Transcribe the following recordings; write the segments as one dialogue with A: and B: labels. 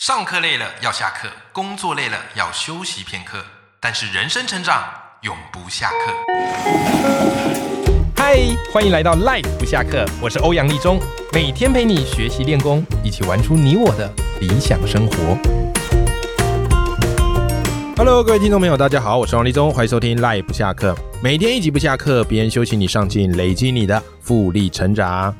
A: 上课累了要下课，工作累了要休息片刻，但是人生成长永不下课。嗨，欢迎来到 Life 不下课，我是欧阳立中，每天陪你学习练功，一起玩出你我的理想生活。
B: Hello，各位听众朋友，大家好，我是王立忠，欢迎收听《赖不下课》，每天一集不下课，别人修行你上进，累积你的复利成长。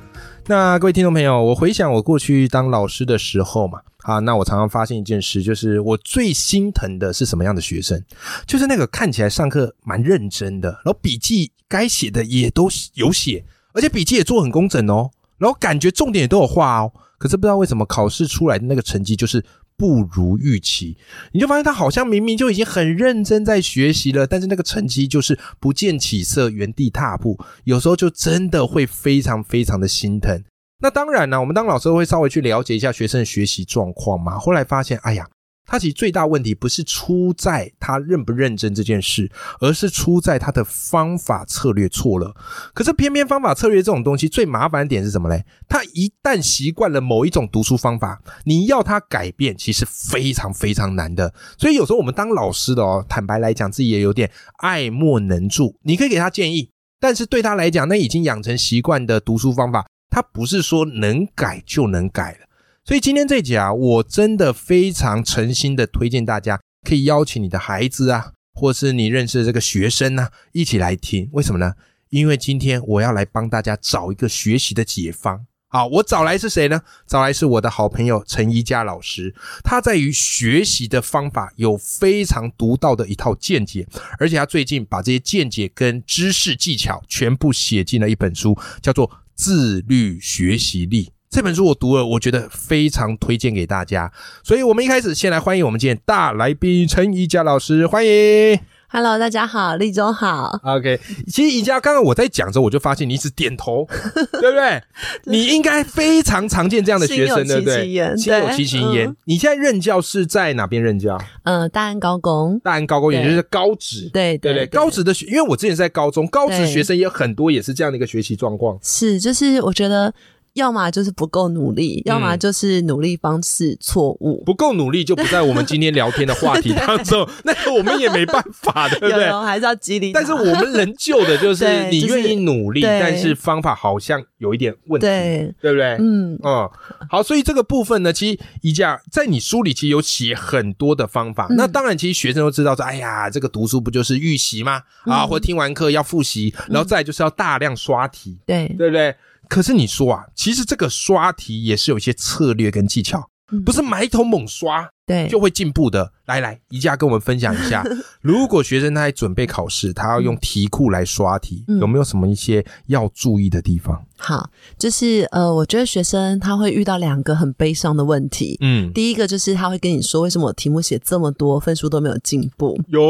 B: 那各位听众朋友，我回想我过去当老师的时候嘛，啊，那我常常发现一件事，就是我最心疼的是什么样的学生？就是那个看起来上课蛮认真的，然后笔记该写的也都有写，而且笔记也做很工整哦，然后感觉重点也都有画哦，可是不知道为什么考试出来的那个成绩就是不如预期，你就发现他好像明明就已经很认真在学习了，但是那个成绩就是不见起色，原地踏步。有时候就真的会非常非常的心疼。那当然呢、我们当老师会稍微去了解一下学生的学习状况嘛。后来发现，哎呀，他其实最大问题不是出在他认不认真这件事，而是出在他的方法策略错了。可是偏偏方法策略这种东西最麻烦的点是什么嘞？他一旦习惯了某一种读书方法，你要他改变，其实非常非常难的。所以有时候我们当老师的哦，坦白来讲，自己也有点爱莫能助。你可以给他建议，但是对他来讲，那已经养成习惯的读书方法，他不是说能改就能改了。所以今天这一集啊，我真的非常诚心的推荐大家，可以邀请你的孩子啊，或是你认识的这个学生啊，一起来听。为什么呢？因为今天我要来帮大家找一个学习的解方。好，我找来是谁呢？找来是我的好朋友陈一佳老师，他在于学习的方法有非常独到的一套见解，而且他最近把这些见解跟知识技巧全部写进了一本书，叫做《自律学习力》。这本书我读了，我觉得非常推荐给大家。所以，我们一开始先来欢迎我们今天的大来宾陈怡佳老师，欢迎。
C: Hello，大家好，立中好。
B: OK，其实宜家刚刚我在讲的时候，我就发现你一直点 头，对不对？你应该非常常见这样的学生，对不对？
C: 心有戚戚焉
B: 心有
C: 对
B: 戚戚焉
C: 嗯。
B: 你现在任教是在哪边任教？
C: 呃，大安高工，
B: 大安高工，也
C: 对
B: 就是高职，
C: 对
B: 对不对？高职的学，因为我之前是在高中，高职
C: 对
B: 学生也很多，也是这样的一个学习状况。
C: 是就是我觉得，要么就是不够努
B: 嗯
C: 力，要么就是努力方式错误。
B: 不够努力就不在我们今天聊天的话题当 中，那个我们也没办法，对不
C: 有
B: 对？
C: 有还是要激励他，
B: 但是我们能救的就是
C: 对
B: 你
C: 就是
B: 愿意努力，
C: 对
B: 但是方法好像有一点问题，
C: 对，
B: 对不对？
C: 嗯，
B: 哦，好，所以这个部分呢，其实宜家在你书里其实有写很多的方法。
C: 嗯
B: 那当然，其实学生都知道说，哎呀，这个读书不就是预习吗？啊，
C: 嗯
B: 或听完课要复习，然后再来就是要大量刷题，
C: 对，
B: 对不对？可是你说啊，其实这个刷题也是有一些策略跟技巧，
C: 嗯
B: 不是埋头猛刷
C: 对，
B: 就会进步的。来来，宜家跟我们分享一 下，如果学生他在准备考试，他要用题库来刷题，
C: 嗯
B: 有没有什么一些要注意的地方？
C: 好，就是呃，我觉得学生他会遇到两个很悲伤的问题。
B: 嗯，
C: 第一个就是他会跟你说，为什么我题目写这么多，分数都没有进步？
B: 有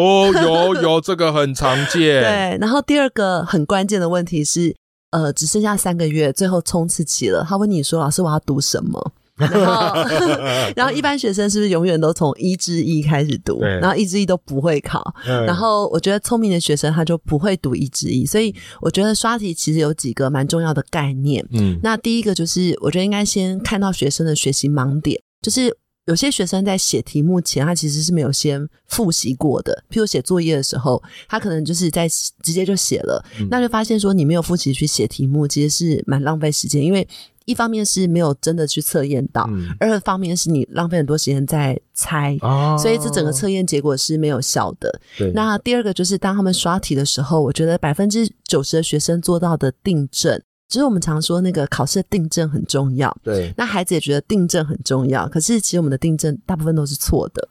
B: 有有，这个很常见。
C: 对，然后第二个很关键的问题是，呃，只剩下三个月，最后冲刺期了。他问你说：“老师，我要读什么？” 然后，
B: 嗯
C: 然后一般学生是不是永远都从一至一开始读，
B: 对
C: 然后一至一都不会考？
B: 嗯
C: 然后我觉得聪明的学生他就不会读一至一，所以我觉得刷题其实有几个蛮重要的概念。
B: 嗯
C: 那第一个就是，我觉得应该先看到学生的学习盲点，就是有些学生在写题目前，他其实是没有先复习过的。譬如写作业的时候，他可能就是在直接就写了，那就发现说你没有复习去写题目，其实是蛮浪费时间，因为一方面是没有真的去测验到，
B: 嗯
C: 二方面是你浪费很多时间在猜。
B: 啊
C: 所以这整个测验结果是没有效的。
B: 对
C: 那第二个就是当他们刷题的时候，我觉得百分之九十的学生做到的订正，就是我们常说那个考试的订正很重要。
B: 对
C: 那孩子也觉得订正很重要，可是其实我们的订正大部分都是错的。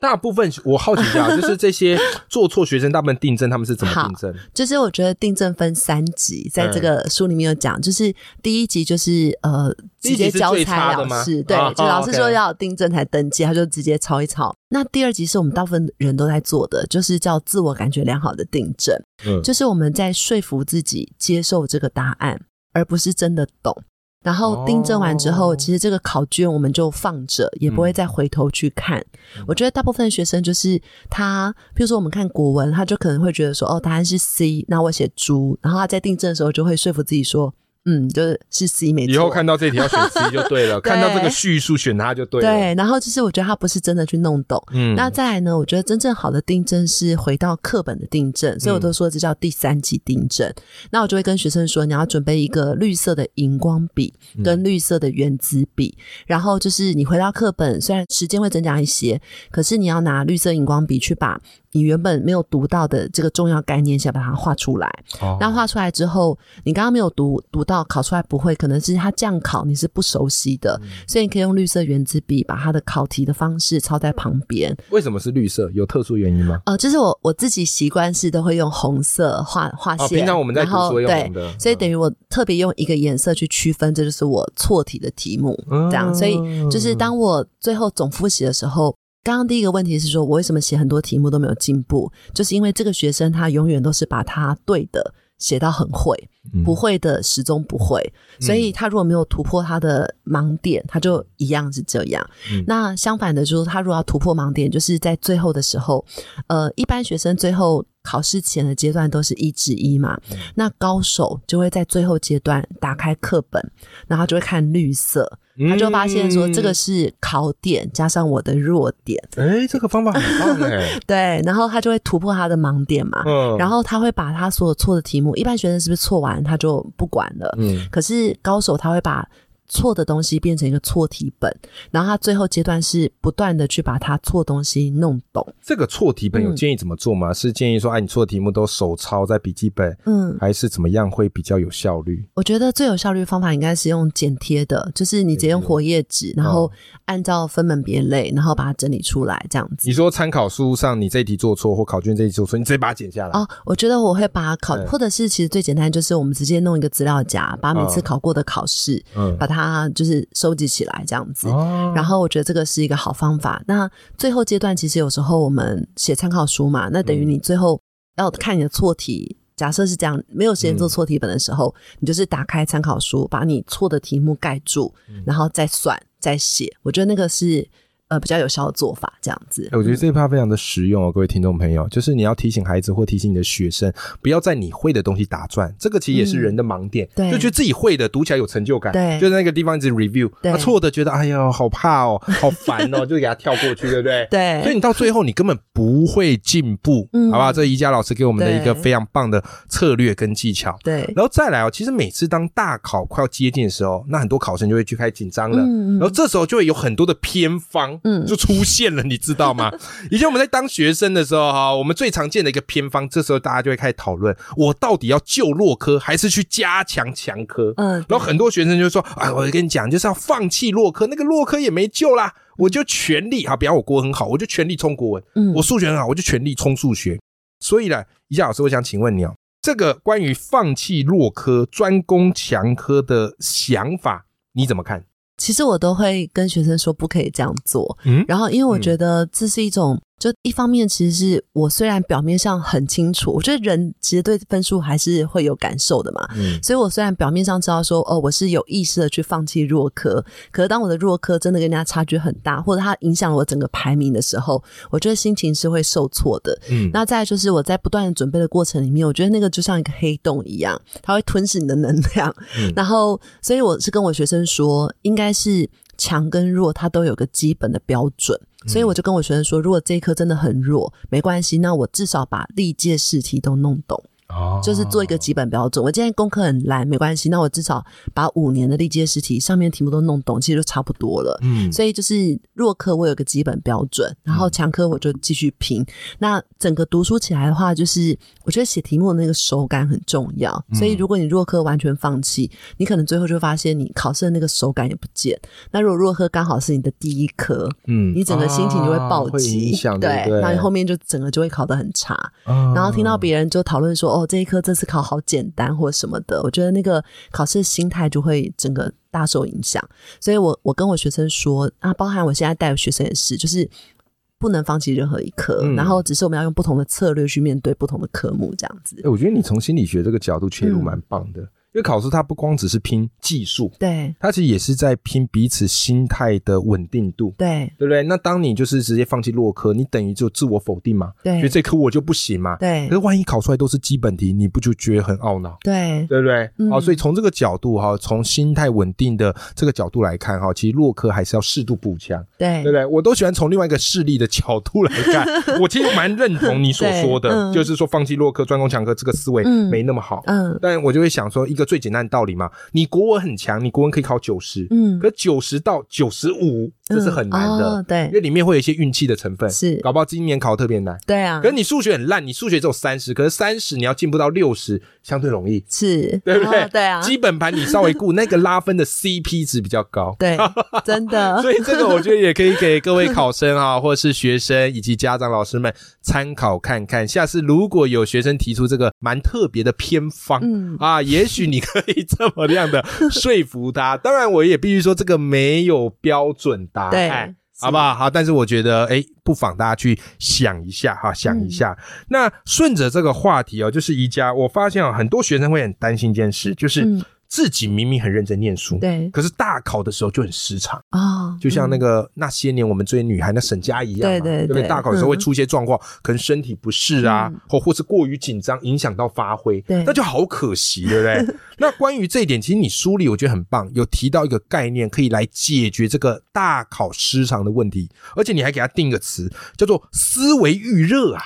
B: 大部分我好奇一下，啊就是这些做错学生，大部分订正他们是怎么嗯
C: 好
B: 订正？
C: 就是我觉得订正分三级，在这个书里面有讲，就是第一级就是呃
B: 嗯第一集
C: 直接
B: 是
C: 交
B: 最差
C: 差
B: 的
C: 了
B: 吗
C: 事，对
B: 啊，
C: 就老
B: 哦
C: 师
B: ，OK
C: 说要有订正才登记，他就直接抄一抄。那第二级是我们大部分人都在做的，就是叫自我感觉良好的订正。
B: 嗯
C: 就是我们在说服自己接受这个答案，而不是真的懂。然后订正完之后，
B: 哦
C: 其实这个考卷我们就放着，也不会再回头去看。
B: 嗯
C: 我觉得大部分学生就是他，比如说我们看国文，他就可能会觉得说，哦，答案是 C，那我写猪，然后他在订正的时候就会说服自己说。嗯，就是是 C 没错。
B: 以后看到这题要选 C 就对 了，
C: 对
B: 看到这个叙述选它就对了。
C: 对，然后就是我觉得他不是真的去弄懂。
B: 嗯，
C: 那再来呢？我觉得真正好的订正是回到课本的订正，
B: 嗯
C: 所以我都说这叫第三级订正。那我就会跟学生说，你要准备一个绿色的荧光笔
B: 嗯
C: 跟绿色的圆珠笔，然后就是你回到课本，虽然时间会增加一些，可是你要拿绿色荧光笔去把你原本没有读到的这个重要概念，先把它画出来。
B: 哦
C: 那画出来之后，你刚刚没有读读到，考出来不会，可能是他这样考你是不熟悉的，
B: 嗯
C: 所以你可以用绿色圆珠笔把它的考题的方式抄在旁边。
B: 为什么是绿色？有特殊原因吗？
C: 呃，就是我我自己习惯是都会用红色画画线、
B: 哦，平常我们在读
C: 然后
B: 书会用
C: 对
B: 红，的，嗯
C: 所以等于我特别用一个颜色去区分，这就是我错题的题目。
B: 嗯
C: 这样，所以就是当我最后总复习的时候，刚刚第一个问题是说我为什么写很多题目都没有进步，就是因为这个学生他永远都是把他对的写到很会，
B: 嗯
C: 不会的始终不会，所以他如果没有突破他的盲点，他就一样是这样。
B: 嗯
C: 那相反的，就是他如果要突破盲点，就是在最后的时候，呃，一般学生最后考试前的阶段都是一至一嘛，
B: 嗯
C: 那高手就会在最后阶段打开课本，然后就会看绿色，他就发现说
B: 嗯
C: 这个是考点加上我的弱点，
B: 哎，这个方法很棒 哎，
C: 对，然后他就会突破他的盲点嘛。
B: 嗯，
C: 然后他会把他所有错的题目，一般学生是不是错完他就不管了？
B: 嗯，
C: 可是高手他会把错的东西变成一个错题本，然后他最后阶段是不断的去把他错东西弄懂。
B: 这个错题本有
C: 嗯
B: 建议怎么做吗？是建议说，哎，你错的题目都手抄在笔记本，
C: 嗯，
B: 还是怎么样会比较有效率？
C: 我觉得最有效率的方法应该是用剪贴的，就是你直接用活页纸，然
B: 哦
C: 后按照分门别类，然后把它整理出来这样子
B: 你。说参考书上你这一题做错，或考卷这一题做错，你直接把它剪下来。
C: 哦，我觉得我会把考
B: 对，
C: 或者是其实最简单就是我们直接弄一个资料夹，把每次
B: 嗯
C: 考过的考试，
B: 嗯
C: 把它就是收集起来这样子。
B: 哦
C: 然后我觉得这个是一个好方法。那最后阶段，其实有时候我们写参考书嘛，那等于你最后要看你的错题。假设是这样，没有时间做错题本的时候，你就是打开参考书，把你错的题目盖住，然后再算再写。我觉得那个是呃比较有效的做法，这样子
B: 哎。我觉得这一趴非常的实用哦，各位听众朋友，就是你要提醒孩子或提醒你的学生，不要在你会的东西打转，这个其实也是人的盲点，
C: 嗯对
B: 就觉得自己会的读起来有成就感，
C: 对
B: 就在那个地方一直 review，
C: 对
B: 那错的觉得哎呀好怕哦，好烦哦，就给他跳过去，对不对？
C: 对
B: 所以你到最后你根本不会进步，
C: 嗯
B: 好不好？这宜家老师给我们的一个
C: 对
B: 非常棒的策略跟技巧。
C: 对，
B: 然后再来哦，其实每次当大考快要接近的时候，那很多考生就会去开始紧张了，
C: 嗯嗯
B: 然后这时候就会有很多的偏方，
C: 嗯
B: 就出现了，你知道吗？以前我们在当学生的时候哈，我们最常见的一个偏方，这时候大家就会开始讨论，我到底要救弱科还是去加强强科？
C: 嗯
B: 然后很多学生就说：“哎，我跟你讲，就是要放弃洛科，那个洛科也没救啦，我就全力啊，比方我国文很好，我就全力冲国文；
C: 嗯
B: 我数学很好，我就全力冲数学。所以呢，宜家老师，我想请问你哦，这个关于放弃洛科、专攻强科的想法，你怎么看？
C: 其实我都会跟学生说不可以这样做。
B: 嗯
C: 然后因为我觉得这是一种，就一方面其实是我虽然表面上很清楚，我觉得人其实对分数还是会有感受的嘛。
B: 嗯
C: 所以我虽然表面上知道说，哦，我是有意识的去放弃弱科，可是当我的弱科真的跟人家差距很大，或者它影响了我整个排名的时候，我觉得心情是会受挫的。
B: 嗯，
C: 那再来就是我在不断的准备的过程里面，我觉得那个就像一个黑洞一样，它会吞噬你的能量。 然后，所以我是跟我学生说，应该是强跟弱，它都有个基本的标准。所以我就跟我学生说，如果这一科真的很弱，没关系，那我至少把历届试题都弄懂。
B: 哦
C: 就是做一个基本标准。我今天功课很烂，没关系，那我至少把五年的历届试题上面题目都弄懂，其实就差不多了。
B: 嗯
C: 所以就是弱科我有个基本标准，然后强科我就继续拼。那整个读书起来的话，就是我觉得写题目的那个手感很重要。
B: 嗯
C: 所以如果你弱科完全放弃，你可能最后就发现你考试的那个手感也不见。那如果弱科刚好是你的第一科，
B: 嗯
C: 你整个心情就会暴
B: 啊会
C: 击，
B: 影响对
C: 对
B: 不对，啊
C: 那你后面就整个就会考得很差。
B: 然
C: 然后听到别人就讨论说，哦，这一科这次考好简单或什么的，我觉得那个考试心态就会整个大受影响。所以我我跟我学生说啊，包含我现在带的学生也是，就是不能放弃任何一科，
B: 嗯
C: 然后只是我们要用不同的策略去面对不同的科目，这样子。嗯
B: 哎、我觉得你从心理学这个角度切入蛮棒的，因为考试它不光只是拼技术，
C: 对
B: 它其实也是在拼彼此心态的稳定度。
C: 对
B: 对不对？那当你就是直接放弃落科，你等于就自我否定嘛，
C: 对
B: 觉得这科我就不行嘛。
C: 对
B: 可是万一考出来都是基本题，你不就觉得很懊恼？
C: 对
B: 对不对？好、
C: 嗯
B: 所以从这个角度哈，从心态稳定的这个角度来看哈，其实洛克还是要适度补强，对不
C: 对
B: 对？我都喜欢从另外一个势力的角度来 看，我其实蛮认同你所说的，
C: 对嗯
B: 就是说放弃洛克专攻强科这个思维
C: 嗯
B: 没那么好。
C: 嗯
B: 但我就会想说，一个最简单的道理嘛，你国文很强，你国文可以考九十、
C: 嗯，
B: 可九十到九十五这是很难的，
C: 嗯哦
B: 因
C: 对
B: 为里面会有一些运气的成分，
C: 是
B: 搞不好今年考得特别难。
C: 对啊
B: 可，是你数学很烂，你数学只有三十，可是三十你要进步到六十，相对容易。
C: 是，
B: 对不对？
C: 哦对啊，
B: 基本盘你稍微顾那个拉分的 CP 值比较 高。
C: 对，真的，
B: 所以这个我觉得也可以给各位考生啊，或者是学生以及家长、老师们参考看看。下次如果有学生提出这个蛮特别的偏方，
C: 嗯
B: 啊，也许你可以这么样 的说服他。当然，我也必须说这个没有标准答
C: 对
B: 案。
C: 是
B: 好不好？好，但是我觉得，哎，不妨大家去想一下哈，想一下。
C: 嗯
B: 那顺着这个话题哦，就是宜家，我发现啊，很多学生会很担心一件事，就是
C: 嗯
B: 自己明明很认真念书，
C: 对
B: 可是大考的时候就很失常。
C: 哦，
B: 就像那
C: 嗯
B: 个、那些年我们追女孩那沈佳宜一样嘛，
C: 对对
B: 不对？
C: 对嗯
B: 大考有时候会出一些状况，可能身体不适啊，或、或是过于紧张，影响到发挥，
C: 对
B: 那就好可惜，对不 对？那关于这一点，其实你书里我觉得很棒，有提到一个概念可以来解决这个大考失常的问题，而且你还给它定一个词，叫做思维预热 啊，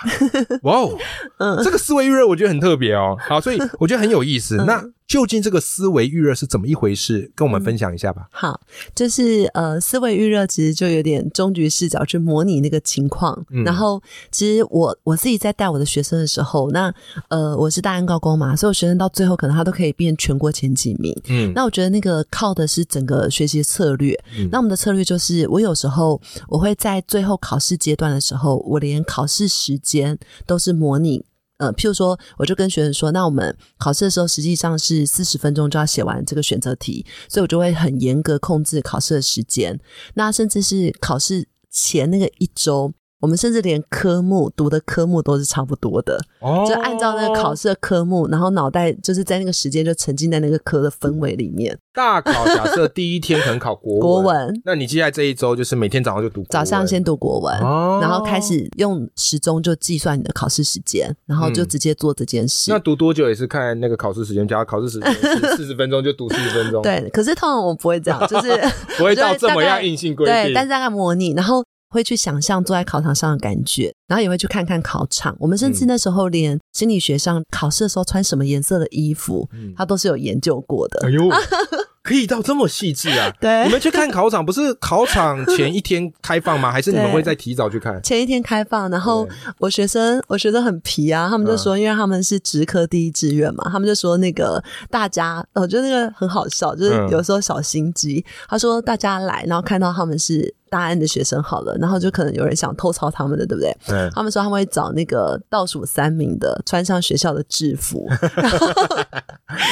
B: 哇哦，
C: 嗯
B: 这个思维预热我觉得很特别哦，好，所以我觉得很有意 思。
C: 嗯
B: 那究竟这个思维预热是怎么一回事？跟我们分享一下吧。
C: 好，就是呃，思维预热其实就有点终局视角去模拟那个情况。
B: 嗯
C: 然后，其实我我自己在带我的学生的时候，那呃，我是大安高工嘛，所以我学生到最后可能他都可以变全国前几名。
B: 嗯
C: 那我觉得那个靠的是整个学习策略。
B: 嗯
C: 那我们的策略就是，我有时候我会在最后考试阶段的时候，我连考试时间都是模拟。呃，譬如说，我就跟学生说，那我们考试的时候实际上是四十分钟就要写完这个选择题，所以我就会很严格控制考试的时间。那甚至是考试前那个一周，我们甚至连科目读的科目都是差不多的。
B: 哦
C: 就按照那个考试的科目，然后脑袋就是在那个时间就沉浸在那个科的氛围里面。
B: 大考假设第一天可能考国文，
C: 国文
B: 那你接下来这一周就是每天早上就读国文
C: 早上先读国文，
B: 哦
C: 然后开。始用时钟就计算你的考试时间，然后就直接做这件事。
B: 那读多久也是看那个考试时间，假如考试时间 是四十分钟就读四十分钟，，
C: 对，可是通常我不会这样， 就是
B: 不会到
C: 我就
B: 这么
C: 大
B: 样
C: 概
B: 硬性规
C: 对，
B: 定。
C: 但是大概模拟，然后会去想象坐在考场上的感觉，然后也会去看看考场。我们甚
B: 嗯
C: 至那时候连心理学上考试的时候穿什么颜色的衣服，
B: 嗯
C: 它都是有研究过的。
B: 哎呦， 可以到这么细致啊！
C: 对
B: 你们去看考场，不是考场前一天开放 吗？还是你们
C: 对
B: 会再提早去看？
C: 前一天开放，然后我学生我学生很皮啊，他们就
B: 嗯
C: 说，因为他们是职科第一志愿嘛，他们就说那个大家，呃我觉得那个很好笑，就是
B: 嗯
C: 有时候小心机。他说大家来，然后看到他们是大安的学生好了，然后就可能有人想偷抄他们的，对不对？
B: 嗯，
C: 他们说他们会找那个倒数三名的穿上学校的制服，然后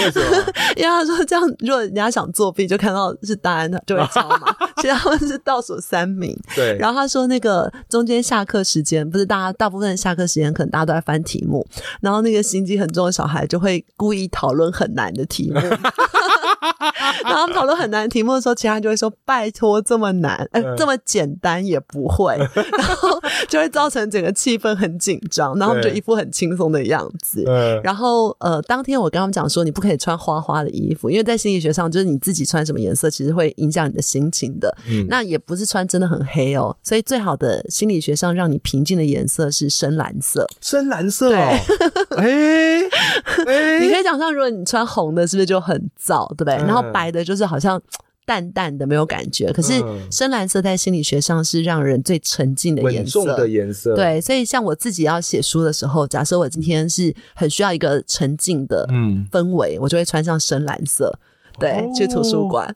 B: 为什么？
C: 因为他说这样，如果人家想作弊，就看到是大安的就会抄 嘛。其实他们是倒数三名，
B: 对，
C: 然后他说，那个中间下课时间，不是大家大部分的下课时间，可能大家都在翻题目，然后那个心机很重的小孩就会故意讨论很难的题目。 然后他们讨论很难的题目的时候，其他人就会说：“拜托，这么难，呃，
B: 嗯
C: 这么简单也不 会。”然后就会造成整个气氛很紧张，然后他们就
B: 对
C: 一副很轻松的样子。
B: 嗯，
C: 然后呃，当天我跟他们讲说，你不可以穿花花的衣服，因为在心理学上，就是你自己穿什么颜色，其实会影响你的心情的。
B: 嗯
C: 那也不是穿真的很黑哦，所以最好的心理学上让你平静的颜色是深蓝色。
B: 深蓝色哦， 哎哎，
C: 你可以想象，如果你穿红的，是不是就很燥，对不对？
B: 嗯
C: 然后白的，就是好像。淡淡的没有感觉，可是
B: 嗯
C: 深蓝色在心理学上是让人最沉静的
B: 稳
C: 颜
B: 重
C: 色，
B: 的颜色，，
C: 对，所以像我自己要写书的时候，假设我今天是很需要一个沉静的
B: 嗯，
C: 氛围，我就会穿上深蓝色，对，
B: 哦
C: 去图书馆，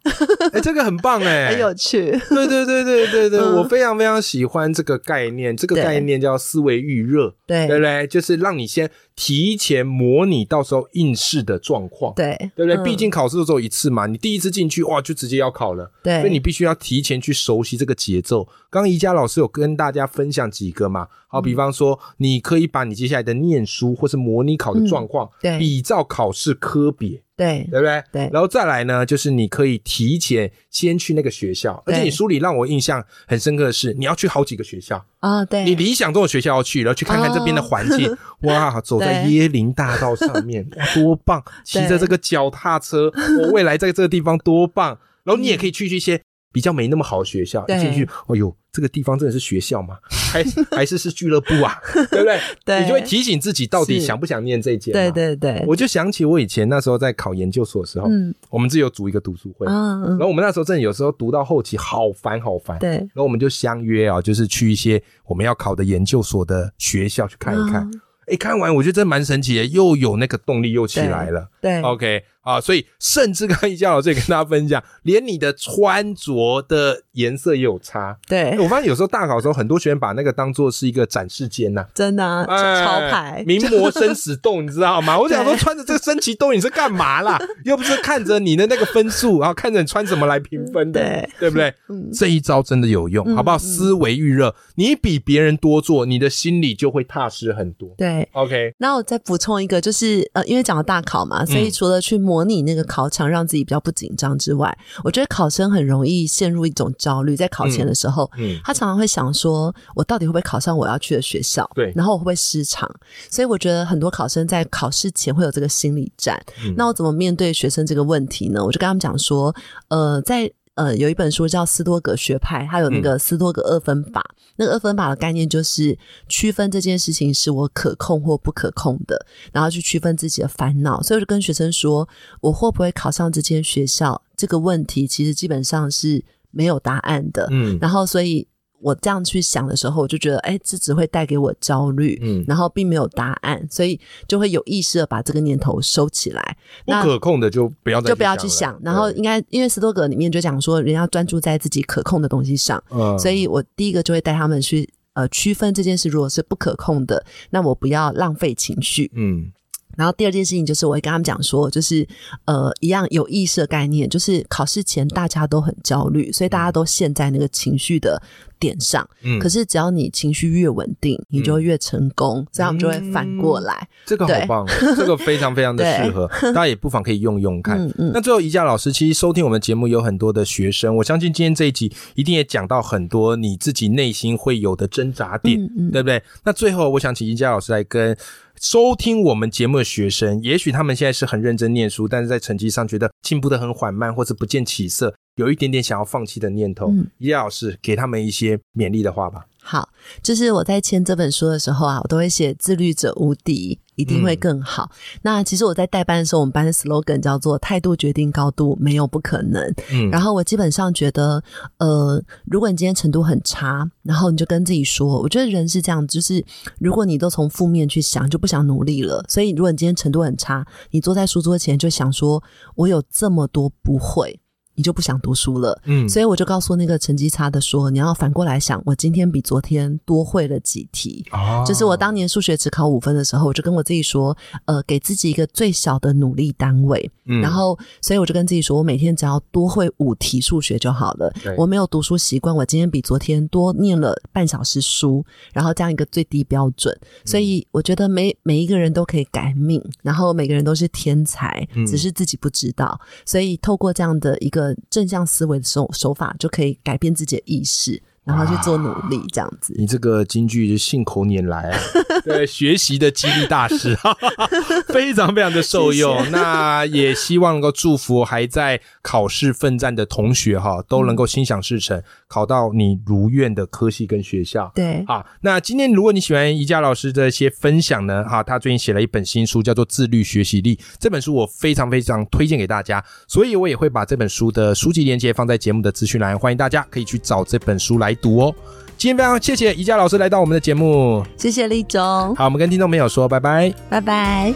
B: 哎，这个很棒哎，
C: 很有趣。
B: 对对对对对对，
C: 嗯
B: 我非常非常喜欢这个概念，这个
C: 对
B: 概念叫思维预热，
C: 对
B: 对不对？就是让你先提前模拟到时候应试的状况，
C: 对
B: 对不对？
C: 嗯
B: 毕竟考试都只有一次嘛，你第一次进去哇，就直接要考了。
C: 对，
B: 所以你必须要提前去熟悉这个节奏。刚刚宜家老师有跟大家分享几个嘛，
C: 嗯
B: 好，比方说你可以把你接下来的念书或是模拟考的状况，
C: 嗯对
B: 比照考试科别，
C: 对
B: 对不对？
C: 对
B: 然后再来呢，就是你可以提前先去那个学校，而
C: 对
B: 且你书里让我印象很深刻的是，你要去好几个学校，
C: 啊，对，哦
B: 你理想中的学校要去，然后去看看这边的环境， 哇，走在
C: 对
B: 椰林大道上 面，哇，多棒！骑着这个脚踏车，我未来在这个地方多棒。然后你也可以去一些比较没那么好的学校，
C: 对
B: 一进去，哎呦，这个地方真的是学校吗？还还是是俱乐部啊？ 对不对？
C: 对
B: 你就会提醒自己到底
C: 是
B: 想不想念这一届。
C: 对。对对，
B: 我就想起我以前那时候在考研究所的时候，
C: 嗯
B: 我们自己有组一个读书会，
C: 啊
B: 然
C: 嗯，
B: 后我们那时候真的有时候读到后期好烦好烦，
C: 对，
B: 然后我们就相约啊，就是去一些我们要考的研究所的学校去看一看。
C: 啊
B: 诶，看完我觉得真蛮神奇的，又有那个动力又起来了。
C: 对
B: OK 啊，所以甚至刚刚一佳老师也跟大家分享，连你的穿着的颜色也有差。
C: 对
B: 诶，我发现有时候大考的时候，很多学员把那个当做是一个展示间呐、
C: 真的啊
B: 哎
C: 潮 牌，
B: 名模生死斗，你知道 吗？我想说
C: 对
B: 穿着这个升旗斗，你是干嘛啦？又不是看着你的那个分数，然后看着你穿什么来评分的，
C: 对
B: 对不对？这一招真的有用，
C: 嗯
B: 好不好？
C: 嗯
B: 思维预热，你比别人多做，你的心里就会踏实很多。
C: 对。
B: OK，
C: 那我再补充一个，就是呃，因为讲到大考嘛，所
B: 嗯
C: 以除了去模拟那个考场，让自己比较不紧张之外，我觉得考生很容易陷入一种焦虑，在考前的时候，
B: 嗯嗯
C: 他常常会想说，我到底会不会考上我要去的学校？
B: 对
C: 然后我会不会失常？所以我觉得很多考生在考试前会有这个心理战。
B: 嗯
C: 那我怎么面对学生这个问题呢？我就跟他们讲说，呃，在呃有一本书叫《斯多葛学派》，它有那
B: 嗯
C: 个斯多葛二分法。那个二分法的概念就是区分这件事情是我可控或不可控的，然后去区分自己的烦恼。所以我就跟学生说，我会不会考上这间学校这个问题，其实基本上是没有答案的。
B: 嗯
C: 然后所以。我这样去想的时候，我就觉得，哎、这只会带给我焦虑，
B: 嗯
C: 然后并没有答案，所以就会有意识的把这个念头收起来。
B: 不
C: 那
B: 可控的就不要再
C: 就不要去想
B: 了，
C: 然后应该因为斯多葛里面就讲说，人要专注在自己可控的东西上，
B: 嗯
C: 所以我第一个就会带他们去呃区分这件事，如果是不可控的，那我不要浪费情绪。
B: 嗯
C: 然后第二件事情就是我会跟他们讲说，就是呃一样有意识的概念，就是考试前大家都很焦虑，所以大家都陷在那个情绪的点上。
B: 嗯
C: 可是只要你情绪越稳定，你就会越成功，所以他们就会反过来。
B: 这个好
C: 对
B: 棒哦，这个非常非常的适 合，大家也不妨可以用用看。
C: 嗯嗯
B: 那最后，宜家老师其实收听我们节目有很多的学生，我相信今天这一集一定也讲到很多你自己内心会有的挣扎点，
C: 嗯嗯
B: 对不对？那最后，我想请宜家老师来跟收听我们节目的学生，也许他们现在是很认真念书，但是在成绩上觉得进步的很缓慢，或是不见起色，有一点点想要放弃的念头。
C: 嗯
B: 宜家老师给他们一些勉励的话吧。
C: 好，就是我在签这本书的时候啊，我都会写“自律者无敌”，一定会更好。那其实我在代班的时候，我们班的 slogan 叫做“态度决定高度，没有不可能”。
B: 嗯
C: 然后我基本上觉得，呃，如果你今天程度很差，然后你就跟自己说，我觉得人是这样，就是如果你都从负面去想，就不想努力了。所以如果你今天程度很差，你坐在书桌前就想说，我有这么多不会，你就不想读书了。
B: 嗯
C: 所以我就告诉那个成绩差的说，你要反过来想，我今天比昨天多会了几题。
B: 哦
C: 就是我当年数学只考五分的时候，我就跟我自己说，呃，给自己一个最小的努力单位。
B: 嗯
C: 然后，所以我就跟自己说，我每天只要多会五题数学就好了
B: 对。
C: 我没有读书习惯，我今天比昨天多念了半小时书，然后这样一个最低标准。所
B: 嗯
C: 以我觉得每每一个人都可以改命，然后每个人都是天才
B: 嗯，
C: 只是自己不知道。所以透过这样的一个正向思维的手手法，就可以改变自己的意识，然后去做努力，这样子。
B: 你这个京剧信口拈来、啊， 对学习的激励大 师，哈哈哈非常非常的受用。那也希望能够祝福还在考试奋战的同学哈，都能够心想事成，考到你如愿的科系跟学校。
C: 对，
B: 好，那今天如果你喜欢宜家老师的一些分享呢，哈，他最近写了一本新书，叫做《自律学习力》。这本书我非常非常推荐给大家，所以我也会把这本书的书籍链接放在节目的资讯栏，欢迎大家可以去找这本书来读哦。今天非常谢谢宜家老师来到我们的节目，
C: 谢谢立中，
B: 好，我们跟听众朋友说拜拜。
C: 拜拜。